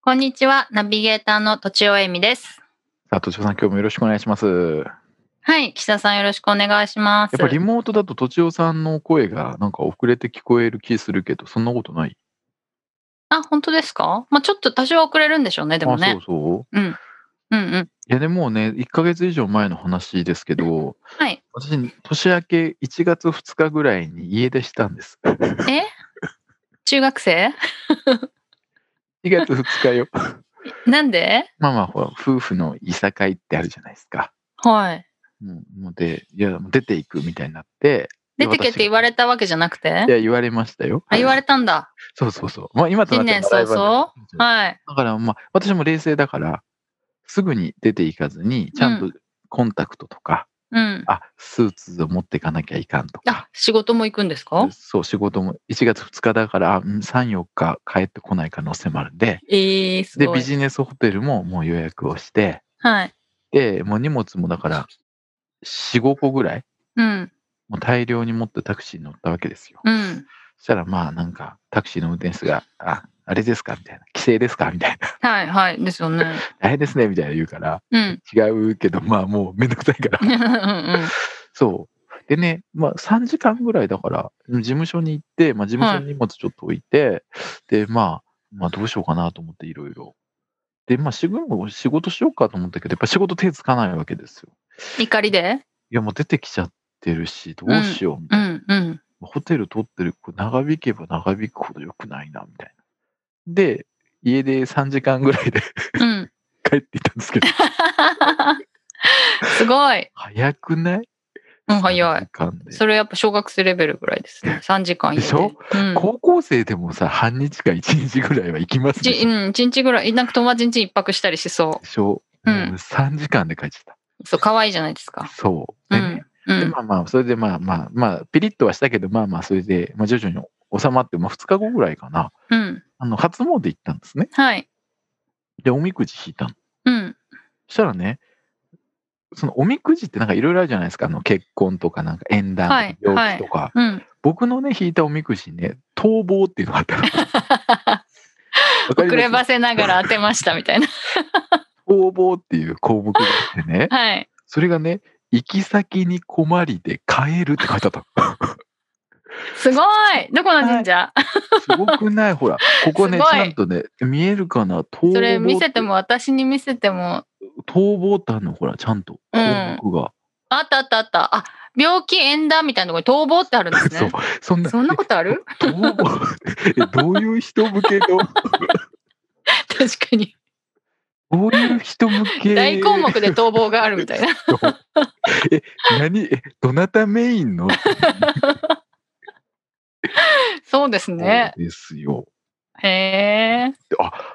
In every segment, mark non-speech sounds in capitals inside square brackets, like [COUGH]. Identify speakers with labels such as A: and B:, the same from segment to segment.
A: こんにちはナビゲーターのとちおえみです
B: さあ、とちおさん、今日もよろしくお願いします。や
A: はい岸田さんよろしくお願いします
B: っぱリモートだと、とちおさんの声がなんか遅れて聞こえる気するけど、そんなことない
A: あ本当ですかまあちょっと多少遅れるんでしょうねでも
B: あ、
A: ね
B: そうそう。
A: うんうん
B: いや、でもうね、1ヶ月以上前の話ですけど、
A: はい
B: 私、年明け1月2日ぐらいに家出したんです。1
A: 中学生 [LAUGHS]
B: 月2日よ。
A: なんで
B: まあまあ、ほら、夫婦のいさかいってあるじゃないですか。
A: はい
B: うん、ので、いや、出ていくみたいになって、
A: 出てけって言われたわけじゃなくて
B: いや、言われましたよ。
A: あ言われたんだ
B: そうそうそう。まあ、今となっては
A: 新年早々
B: 笑い話です
A: はい
B: だから、まあ、私も冷静だから、すぐに出ていかずに、ちゃんとコンタクトとか、
A: うん
B: あ、スーツを持っていかなきゃいかんと
A: あ
B: か、
A: 仕事も行くんですか
B: そう、仕事も1月2日だから、うん3、4日帰ってこない可能性もあるんで、
A: えー、す
B: で、
A: ごい
B: ビジネスホテルももう予約をして、
A: はい
B: で、もう荷物もだから、4、5個ぐらい、
A: うん
B: もう大量に持ってタクシーに乗ったわけですよ。
A: うん
B: そしたら、まあ、なんか、タクシーの運転手が、あ、あれですかみたいな、規制ですかみたいな、
A: はいはいですよね
B: 大変ですねみたいな言うから、
A: うん
B: 違うけど、まあ、もうめんどくさいから
A: う。んうん
B: そう。でね、まあ、3時間ぐらいだから、事務所に行って、まあ、事務所に荷物ちょっと置いて、で、まあ、まあ、どうしようかなと思って、いろいろ。で、まあ、仕事仕事しようかと思ったけど、やっぱ仕事手つかないわけですよ。
A: 怒りで
B: いや、もう出てきちゃってるし、どうしようみ
A: う
B: たいな。
A: んうん
B: ホテル取ってる、これ長引けば長引くほど良くないな、みたいな。で、家で3時間ぐらいで [LAUGHS]
A: うん [LAUGHS]
B: 帰っていたんですけど、
A: すごい
B: 早くない
A: うん早
B: 3
A: い
B: 時間で
A: それやっぱ小学生レベルぐらいで
B: [LAUGHS]
A: すね3時間家
B: でしょ
A: うん
B: 高校生でもさ、半日か一日ぐらいは行きますで
A: じ
B: し
A: う
B: ょ。
A: ん、一日ぐらい、なんか友達ん家一泊したりしそ
B: でしょ
A: う
B: うん3時間で帰っちゃっ
A: う。そう、可愛いじゃないです
B: た。
A: か。
B: そう。
A: う
B: で
A: ん
B: ね。
A: う
B: で
A: ん。
B: まあまあ、それでまあまあ、まあ、ピリッとはしたけど、まあまあ、それで、まあ、徐々に収まって、まあ、2日後ぐらいかな。
A: うん。
B: あの、初詣行ったんですね。
A: はい。
B: で、おみくじ引いたの。
A: うん。
B: そしたらね、そのおみくじってなんかいろいろあるじゃないですか。あの、結婚とか、なんか縁談
A: はい
B: とか、病気とか。
A: うん。
B: 僕のね、引いたおみくじにね、逃亡っていうのがあっ
A: [LAUGHS]
B: たの。わかり
A: 遅れ
B: ま
A: ば
B: す
A: せながら当てましたみた
B: [LAUGHS]
A: いな。
B: 逃亡っていう項目があってね。
A: はい。
B: それがね、行き先に困りで帰るって書いてあった
A: すごいどこの神社、
B: の。すごくない
A: [LAUGHS]
B: ほら、ここね、
A: すごい
B: ちゃんとね、見えるかな逃亡
A: [LAUGHS] それ見せて
B: っ
A: も、私に見せても、
B: 逃亡ってあるの、ほら、ちゃんと。
A: うん
B: 項目が。
A: あったあったあった。あ、病気縁談みたいなところに逃亡ってあるんです
B: そう
A: ね。。
B: そんな、
A: そんなこと
B: [LAUGHS]
A: ある
B: 逃亡えどういう人向
A: [LAUGHS]
B: けの、
A: 確かに。
B: どういう人向け。
A: 大項目で逃亡があるみたいな。
B: え、何、え、どなたメインの
A: そうですね。
B: ですよ。
A: へえ。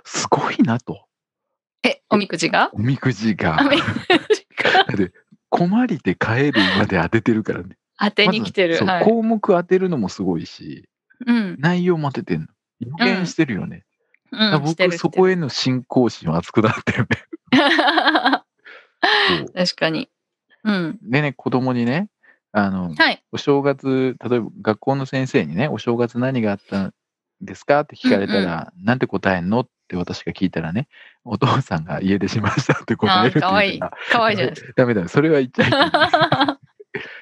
B: すごいなと。
A: え、おみく
B: [LAUGHS]
A: じが
B: おみくじが
A: お。みくじが
B: 困りで帰るまで当ててるからね。
A: 当てに来て
B: ま
A: る。
B: ずそう
A: はい。
B: 項目当てるのもすごいし、
A: うん。
B: 内容も当ててんの。予言してるよね。だか
A: うん。
B: ら
A: してる
B: 僕、そ
A: [LAUGHS]
B: こへの信仰心は熱くなってるね。
A: 確
B: そう
A: かに。うん。
B: でね、子供にね、あの、
A: はい。
B: お正月、例えば学校の先生にね、お正月何があったんですかって聞かれたら、なんて答えんのって私が聞いたらね、お父さんが家出しましたって答えるって
A: あーかわい
B: 言
A: い
B: ったら、
A: 可愛いじゃないで
B: [LAUGHS]
A: す
B: ダメダメ、それは言っちゃいけ
A: [LAUGHS]
B: ない。
A: か。
B: っ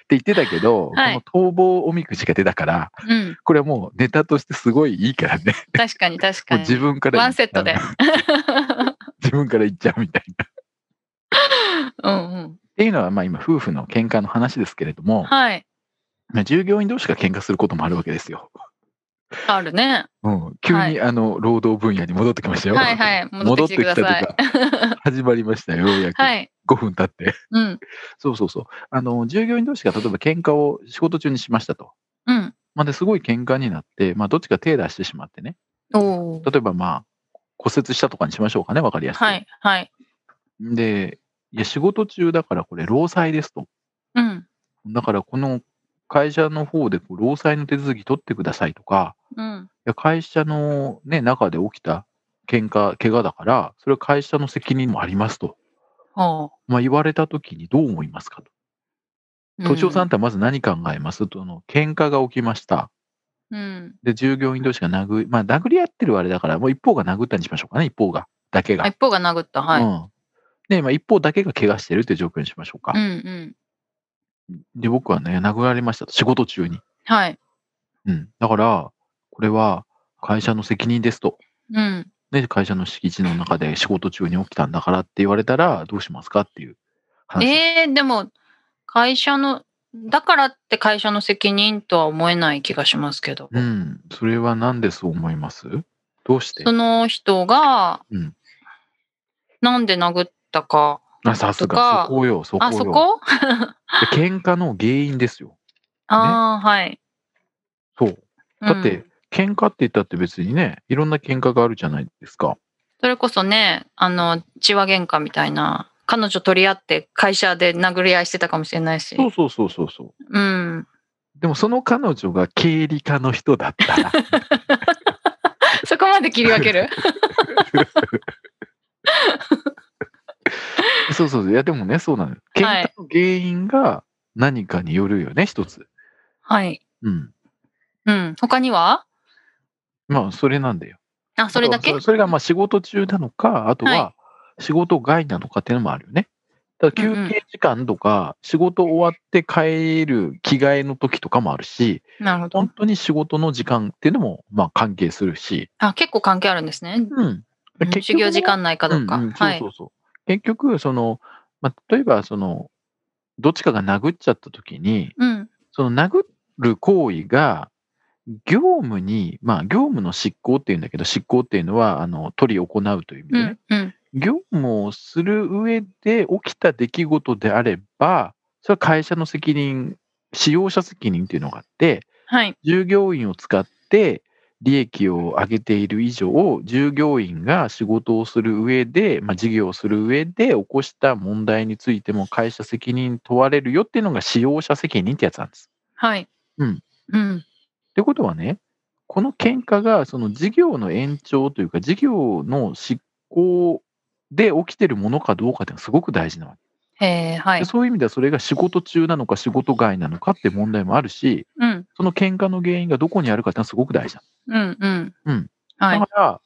B: て言ってたけど、
A: はい
B: この逃亡おみくじが出たから、
A: うん。
B: これはもうネタとしてすごいいいからね。
A: 確かに確
B: も
A: か
B: う自
A: に。
B: 分から言
A: ワン
B: っち
A: セ
B: ゃう。
A: ットで。 [LAUGHS]
B: 自分から言っちゃうみたいな。っ
A: うんうん。
B: ていうのは、まあ今、夫婦の喧嘩の話ですけれども、
A: はい。
B: まあ従業員同士が喧嘩することもあるわけですよ。
A: あるね。
B: うん。急に、
A: はい
B: あの、労働分野に戻ってきましたよ。
A: はいはい。戻
B: 戻
A: っ
B: ってて
A: きて
B: き
A: くだ
B: たと
A: さい
B: か。、 [LAUGHS] 始まりました
A: [LAUGHS]
B: よ、ようやく。
A: はい。
B: 5分経って。
A: うん。
B: そうそうそう。あの、従業員同士が例えば喧嘩を仕事中にしましたと。
A: うん。
B: まあ、ですごい喧嘩になって、まあ、どっちか手出してしまってね。
A: おお。
B: 例えばまあ骨折したとかにしましょうかね分かりやすく、
A: はいはい。
B: で、いや、仕事中だからこれ、労災ですと。
A: うん。
B: だから、この会社の方でこう労災の手続き取ってくださいとか、
A: うん。
B: いや会社の、ね、中で起きた喧嘩、怪我だから、それは会社の責任もありますと。
A: ほ
B: まあ、言われた時にどう思いますかと。
A: う。
B: 都庁さんってまず何考えますと、あの喧嘩が起きました。
A: うん。
B: で、従業員同士が殴り、まあ、殴り合ってるはあれだから、もう一方が殴ったにしましょうかね、一方が、だけが。
A: あ一方が殴った。はい。
B: うんで、まあ、一方だけが怪我してるっていう状況にしましょうか
A: う。んうん。
B: で、僕はね、殴られましたと、仕事中に。
A: はい。
B: うん。だから、これは会社の責任ですと。
A: うん。
B: ね、会社の敷地の中で仕事中に起きたんだからって言われたら、どうしますかっていう話。
A: えー、でも、会社の、だからって会社の責任とは思えない気がしますけど。
B: うん。それは何でそう思いますどうして
A: その人が、
B: うん
A: なんで殴ったか。
B: あさす
A: とか
B: が、そこよ、そこよ。
A: あ、そこ
B: で喧嘩の原因ですよ。
A: ああ、はい。
B: そう。だって、
A: うん
B: 喧嘩って言ったって別にね、いろんな喧嘩があるじゃないですか。
A: それこそね、あの、血は喧嘩みたいな、彼女取り合って会社で殴り合いしてたかもしれないし。
B: そうそうそうそうそう。
A: うん。
B: でもその彼女が経理科の人だった
A: [LAUGHS]
B: ら、
A: そこまで切り分ける
B: そうそうそう。いや、でもね、そうなのよ。喧
A: はい
B: 嘩の原因が何かによるよね、一つ。
A: [LAUGHS] はい。
B: うん。
A: うん。他には
B: まあ、それなんだよ。
A: あ、それだけ
B: そそれがまあ仕事中なのか、あとは
A: は
B: 仕事外なのかっていうのもあるよね。ただ
A: うん
B: 休
A: うん
B: 憩時間とか、仕事終わって帰る着替えの時とかもあるし、
A: なるほど
B: 本。当に仕事の時間っていうのもまあ関係するし、
A: あ、結構関係あるんですね。
B: うん。結局
A: 修行時間内かどうか。
B: うんうんそ
A: は
B: う
A: い
B: そ。うそう。結局、その、まあ、例えば、その、どっちかが殴っちゃった時に、
A: うん。
B: その殴る行為が、業務に、まあ、業務の執行っていうんだけど、執行っていうのは、あの、取り行うという意味
A: う
B: でね、
A: ん。うん。
B: 業務をする上で起きた出来事であれば、それは会社の責任、使用者責任っていうのがあって、
A: はい。
B: 従業員を使って利益を上げている以上、従業員が仕事をする上で、まあ、事業をする上で起こした問題についても会社責任問われるよっていうのが使用者責任ってやつなんです。
A: はい。
B: うん。
A: うん。
B: ってことはね、この喧嘩がその事業の延長というか、事業の執行で起きてるものかどうかっていうのがすごく大事なわけ。
A: へえ、はい
B: で。そういう意味ではそれが仕事中なのか仕事外なのかって問題もあるし、
A: うん。
B: その喧嘩の原因がどこにあるかっていうのはすごく大事なの
A: うん。うん。
B: うん。
A: はい
B: だ。から、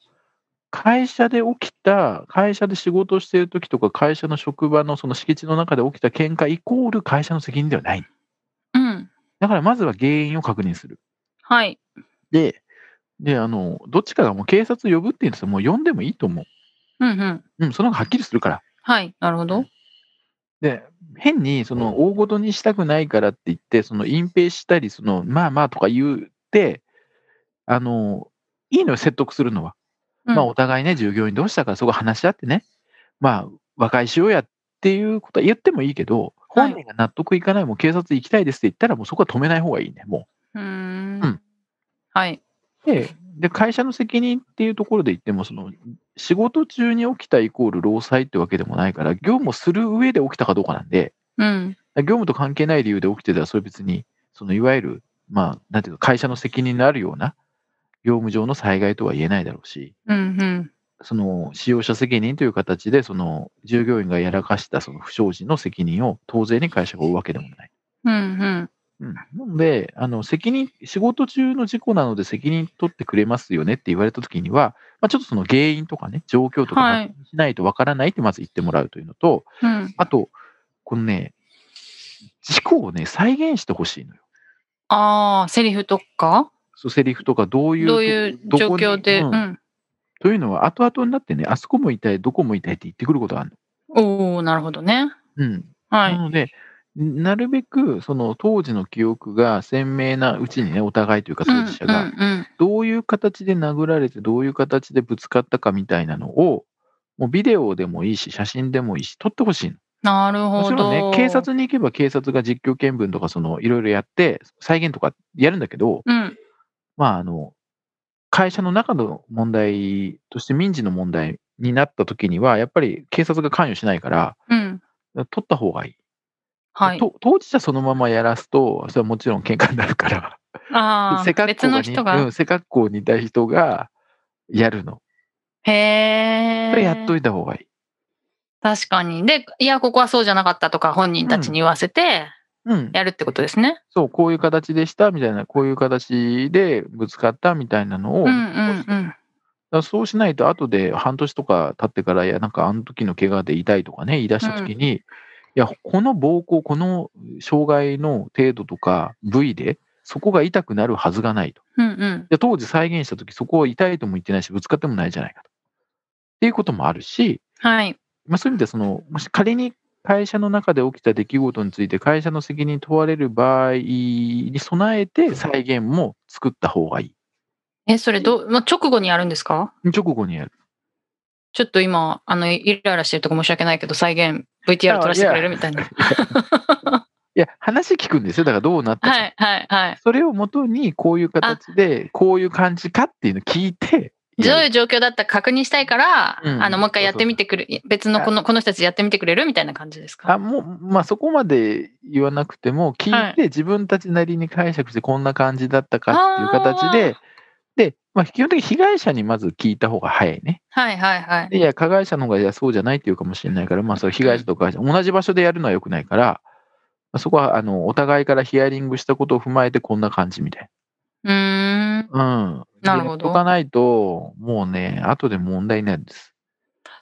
B: 会社で起きた、会社で仕事してる時とか、会社の職場のその敷地の中で起きた喧嘩イコール会社の責任ではない。
A: うん。
B: だから、まずは原因を確認する。
A: はい。
B: で、で、あの、どっちかがもう警察呼ぶっていうんですよ。もう呼んでもいいと思う。
A: うん。うん。
B: うん、その方がはっきりするから。
A: はい。なるほど。
B: で、変に、その、大ごとにしたくないからって言って、その、隠蔽したり、その、まあまあとか言って、あの、いいのよ、説得するのは。
A: うん
B: まあ、お互いね、従業員同士だからそこ話し合ってね、まあ、和解しようやっていうことは言ってもいいけど、
A: はい
B: 本人が納得いかない、もう警察行きたいですって言ったら、もうそこは止めない方がいいね、も
A: うー
B: うんん。
A: はい。
B: う。で、で会社の責任っていうところで言っても、その、仕事中に起きたイコール労災ってわけでもないから、業務をする上で起きたかどうかなんで、
A: うん。
B: 業務と関係ない理由で起きてたら、それ別に、その、いわゆる、まあ、なんていうの、会社の責任のあるような、業務上の災害とは言えないだろうし、
A: うん。うん。
B: その使用者責任という形で、その従業員がやらかしたその不祥事の責任を当然に会社が負うわけでもない。
A: うん。う
B: う
A: ん。
B: ん、なのであの責任、仕事中の事故なので責任取ってくれますよねって言われたときには、まあ、ちょっとその原因とかね、状況とか
A: はい
B: 確認しないとわからないってまず言ってもらうというのと、
A: うん。
B: あと、このね、事故をね、再現してほしいのよ。
A: ああ、セリフとか
B: そうセリフとかどういう、
A: どういう状
B: どこに
A: 況で。
B: う
A: うんん。
B: というのは、後々になってね、あそこも痛い、どこも痛いって言ってくることがあるの。
A: おおなるほどね。
B: うん、
A: は。
B: ないので、なるべくその当時の記憶が鮮明なうちにね、お互いというか
A: うん。
B: 当事者
A: う
B: が、
A: ん。
B: どういう形で殴られて、どういう形でぶつかったかみたいなのを、もうビデオでもいいし、写真でもいいし、撮ってほしいの。
A: なる
B: も
A: ほ
B: ちろんね
A: ど。、
B: 警察に行けば警察が実況見分とか、そのいろいろやって、再現とかやるんだけど、
A: うん。
B: まあ、あの、会社の中の問題として民事の問題になった時には、やっぱり警察が関与しないから、
A: うん。
B: 取った方がいい。
A: はい。
B: と当事者そのままやらすと、それはもちろん喧嘩になるから、
A: あ
B: 背
A: あ、
B: 格
A: 別
B: 好が
A: の
B: 似
A: 人が。
B: うん、背格好似た人がやるの。
A: へ
B: それ
A: え。
B: やっといた方がいい。
A: 確かに。で、いや、ここはそうじゃなかったとか、本人たちに言わせて、
B: うん、
A: やるってことですね。
B: そう、こういう形でしたみたいな、こういう形でぶつかったみたいなのを、
A: うんう
B: だか
A: んうん。
B: らそうしないと、後で半年とか経ってから、いや、なんかあの時の怪我で痛いとかね、言い出した時に、いや、この暴行、この障害の程度とか部位で、そこが痛くなるはずがないと。
A: うんうん。
B: で当時再現した時、そこを痛いとも言ってないし、ぶつかってもないじゃないかと。っていうこともあるし、
A: はい。
B: まあ、そういう意味ではその、もし仮に会社の中で起きた出来事について、会社の責任問われる場合に備えて、再現も作った方がいい。
A: え、それどう、まあ、直後にやるんですか
B: 直後にやる。
A: ちょっと今、あの、イライラしてるとこ申し訳ないけど、再現、VTR 撮らせてくれるみたいな。
B: いや、話聞くんですよ。だからどうなったか。
A: はいはいはい。
B: それをもとに、こういう形で、こういう感じかっていうのを聞いてやる、
A: どういう状況だったか確認したいから、
B: うん
A: あの、もう一回やってみてくれ、別のこの、この人たちやってみてくれるみたいな感じです
B: あ
A: か
B: もうまあ、そこまで言わなくても聞
A: はい
B: て自分たちなりに解釈してこんな感じだったかっていう形で、で、まあ、基本的に被害者にまず聞いた方が早いね。
A: はいはいはい。
B: でいや、加害者の方がいやそうじゃないっていうかもしれないから、まあ、それ被害者と加害者、同じ場所でやるのは良くないから、まあそこはあのお互いからヒアリングしたことを踏まえて、こんな感じみたいう
A: ーん。
B: な。うん。
A: なるほど
B: でやっとかないと、もうね、後で問題になるんです。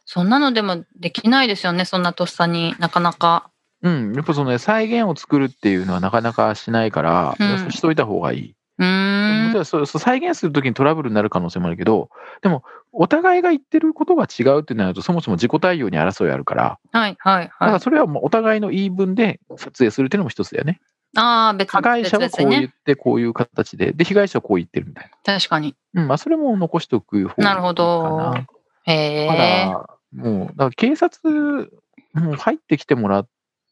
A: そんなのでもできないですよね、そんなとっさになかなか。
B: うん。やっぱその、ね、再現を作るっていうのはなかなかしないから、
A: うん
B: そうしといた方がいい。
A: うー
B: も
A: ん
B: ち。ろんそうそう再現するときにトラブルになる可能性もあるけど、でも、お互いが言ってることが違うってなると、そもそも自己対応に争いあるから、
A: はいはい
B: だか
A: は
B: ら
A: い。
B: それはもうお互いの言い分で撮影するっていうのも一つだよね。
A: ああ、別
B: 加害者はこう
A: 別々
B: 言
A: ね。
B: って、こういう形で、で、被害者はこう言ってるみたい
A: 確かに。
B: な。うん、まあ、それも残しておく方がいい
A: な
B: か
A: るほど
B: な。。
A: へ
B: ま
A: え。
B: だ、もう、だから警察、もう入ってきてもら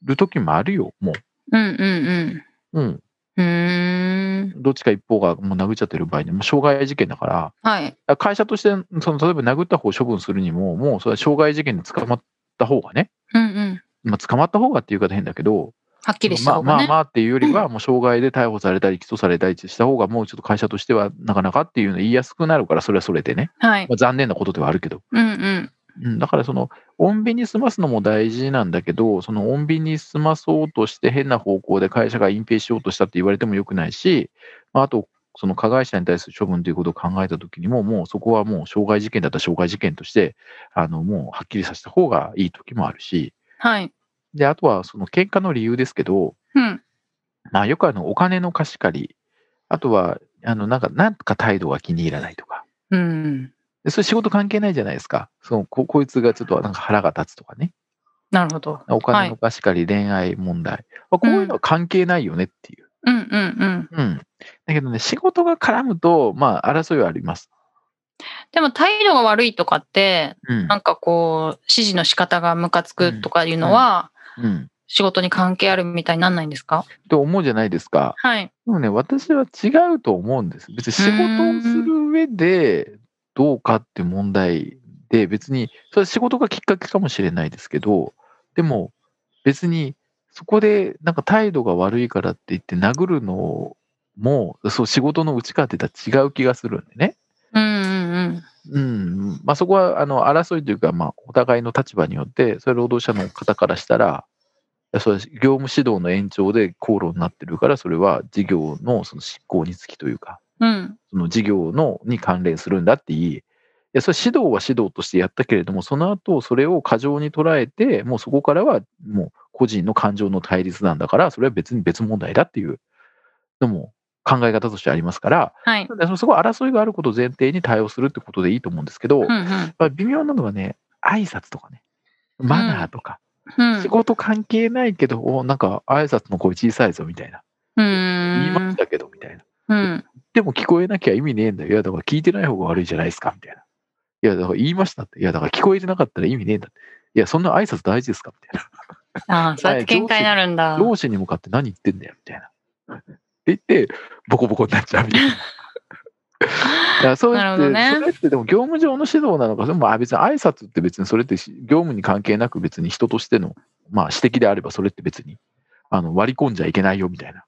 B: う時もあるよ、も
A: うんうん
B: う。うん。
A: うん。うーん。
B: どっちか一方がもう殴っちゃってる場合に、もう傷害事件だから、だか
A: はい。
B: ら会社として、その、例えば殴った方を処分するにも、もう、それは傷害事件で捕まった方がね、
A: うんうん。
B: まあ、捕まった方がっていう言い方変だけど、
A: はっきりした
B: まあ
A: 方
B: ま
A: が
B: あ
A: ね。
B: まあっていうよりは、もう障害で逮捕されたり起訴されたりした方が、もうちょっと会社としてはなかなかっていうの言いやすくなるから、それはそれでね、
A: はい。
B: まあ、残念なことではあるけど、
A: うんうん。
B: うん、だからその、穏便に済ますのも大事なんだけど、その穏便に済まそうとして変な方向で会社が隠蔽しようとしたって言われてもよくないし、まあ、あと、その加害者に対する処分ということを考えたときにも、もうそこはもう傷害事件だったら傷害事件として、あのもうはっきりさせた方がいい時もあるし、
A: はい。
B: で、あとはその喧嘩の理由ですけど、
A: うん。
B: まあ、よくあのお金の貸し借り、あとは、あのなんか、なんか態度が気に入らないとか、
A: うん。
B: でそれ仕事関係ないじゃないですか、そのここいつがちょっとなんか腹が立つとかね、
A: なるほど。
B: お金の貸し借り、恋愛問題、まあこういうのは関係ないよねっていう。
A: うんうんうん。
B: うん、だけどね、仕事が絡むと、まあ、争いはあります。
A: でも態度が悪いとかって、
B: うん
A: なんかこう、指示の仕方がムカつくとかいうのは、
B: うん、
A: 仕事に関係あるみたいになんないんですか
B: と思うじゃないですか。
A: はい。
B: でもね、私は違うと思うんです。別に仕事をする上でどうかって問題で、別に、それは仕事がきっかけかもしれないですけど、でも別にそこでなんか態度が悪いからって言って殴るのも、そう仕事のうちかって言ったら違う気がするんでね。
A: うんうんうん。
B: うん。まあそこはあの争いというか、まあお互いの立場によって、それ労働者の方からしたら、いやそれは業務指導の延長で口論になってるから、それは事業のその執行につきというか、
A: うん。
B: その事業のに関連するんだって言い、いやそれ指導は指導としてやったけれども、その後それを過剰に捉えて、もうそこからはもう個人の感情の対立なんだから、それは別に別問題だっていうのも考え方としてありますから、
A: はい。
B: なんでそこは争いがあることを前提に対応するってことでいいと思うんですけど、
A: うんうん
B: まあ微妙なのがね、挨拶とかね、マナーとか、
A: うん。
B: 仕事関係ないけど、おなんか挨拶の声小さいぞみたいな、
A: う
B: 言いま
A: ん
B: し。たけどみたいな。
A: うん。
B: でも聞こえなきゃ意味ねえんだよ。いや、だから聞いてない方が悪いじゃないですか、みたいな。いや、だから言いましたって。いや、だから聞こえてなかったら意味ねえんだって。いや、そんな挨拶大事ですかみたい
A: ああ、そうやって喧嘩になるん
B: な。
A: だ。
B: 上司に
A: [LAUGHS]
B: 向かって何言ってんだよ、みたいな。って言って、ボコボコになっちゃうみたいな。だからそうやって、
A: なるほど
B: そ
A: ね
B: れってでも業務上の指導なのか、それもあ別に挨拶って別にそれってし業務に関係なく別に人としての、まあ指摘であればそれって別にあの割り込んじゃいけないよみたいな、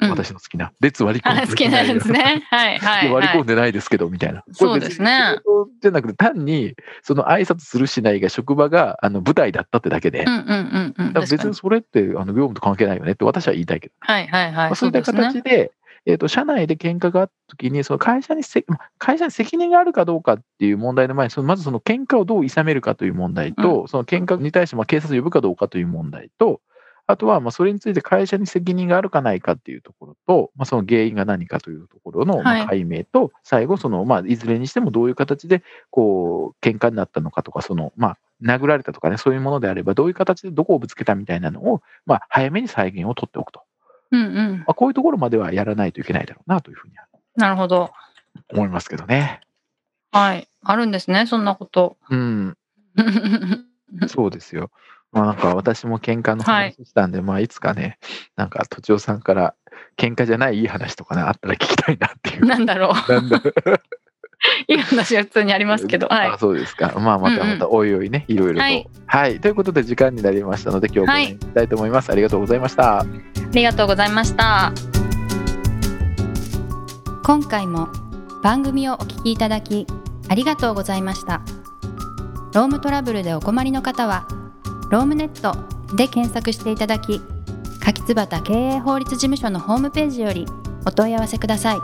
A: うん
B: 私の好きな、列割り込ん
A: あ
B: で
A: 好きなんで
B: [LAUGHS]
A: すね。はい
B: い
A: はい、
B: や割り込
A: は
B: ん
A: い。
B: でないですけどみたいな。
A: そうですね
B: これ別に仕事じゃなくて単にその挨拶するしないが職場があの舞台だったってだけで、
A: うんうんうんうん。
B: だから
A: 確か
B: 別
A: に
B: にそれってあの業務と関係ないよねって私は言いたいけど、
A: はいはいは
B: まあ
A: い。
B: そういった
A: ですね
B: 形でえー、と社内で喧嘩があった時にその会社にせまあ会社に責任があるかどうかっていう問題の前にそのまずその喧嘩をどういさめるかという問題と、その喧嘩に対してまあ警察を呼ぶかどうかという問題とあとはまあそれについて会社に責任があるかないかっていうところと、まあ、その原因が何かというところの
A: はい
B: まあ解明と、最後その、まあ、いずれにしてもどういう形でこう喧嘩になったのかとかその、まあ、殴られたとかねそういうものであればどういう形でどこをぶつけたみたいなのを、まあ、早めに再現を取っておくと。
A: うんうん。
B: まあ、こういうところまではやらないといけないだろうなというふうには
A: なるほど。
B: 思いますけどね。
A: はい。あるんですね、そんなこと。 [LAUGHS]
B: うん、そうですよ。まあなんか私も喧嘩の
A: はい
B: 話したんで、まあいつかね、なんかとちおさんから喧嘩じゃないいい話とかね、あったら聞きたいなっていう。
A: なんだろ
B: なんだ
A: う。いい話は普通にありますけど。はい
B: あ。そうですか。まあまた
A: うんう
B: ま
A: ん
B: たおいおいね、いろいろと。
A: は
B: はいい、ということで時間になりましたので、今日
A: はい
B: はこの辺にしたいと思います。ありがとうございました。
A: ありがとうございました。
C: 今回も番組をお聞きいただきありがとうございましたロームトラブルでお困りの方はロームネットで検索していただき柿椿経営法律事務所のホームページよりお問い合わせください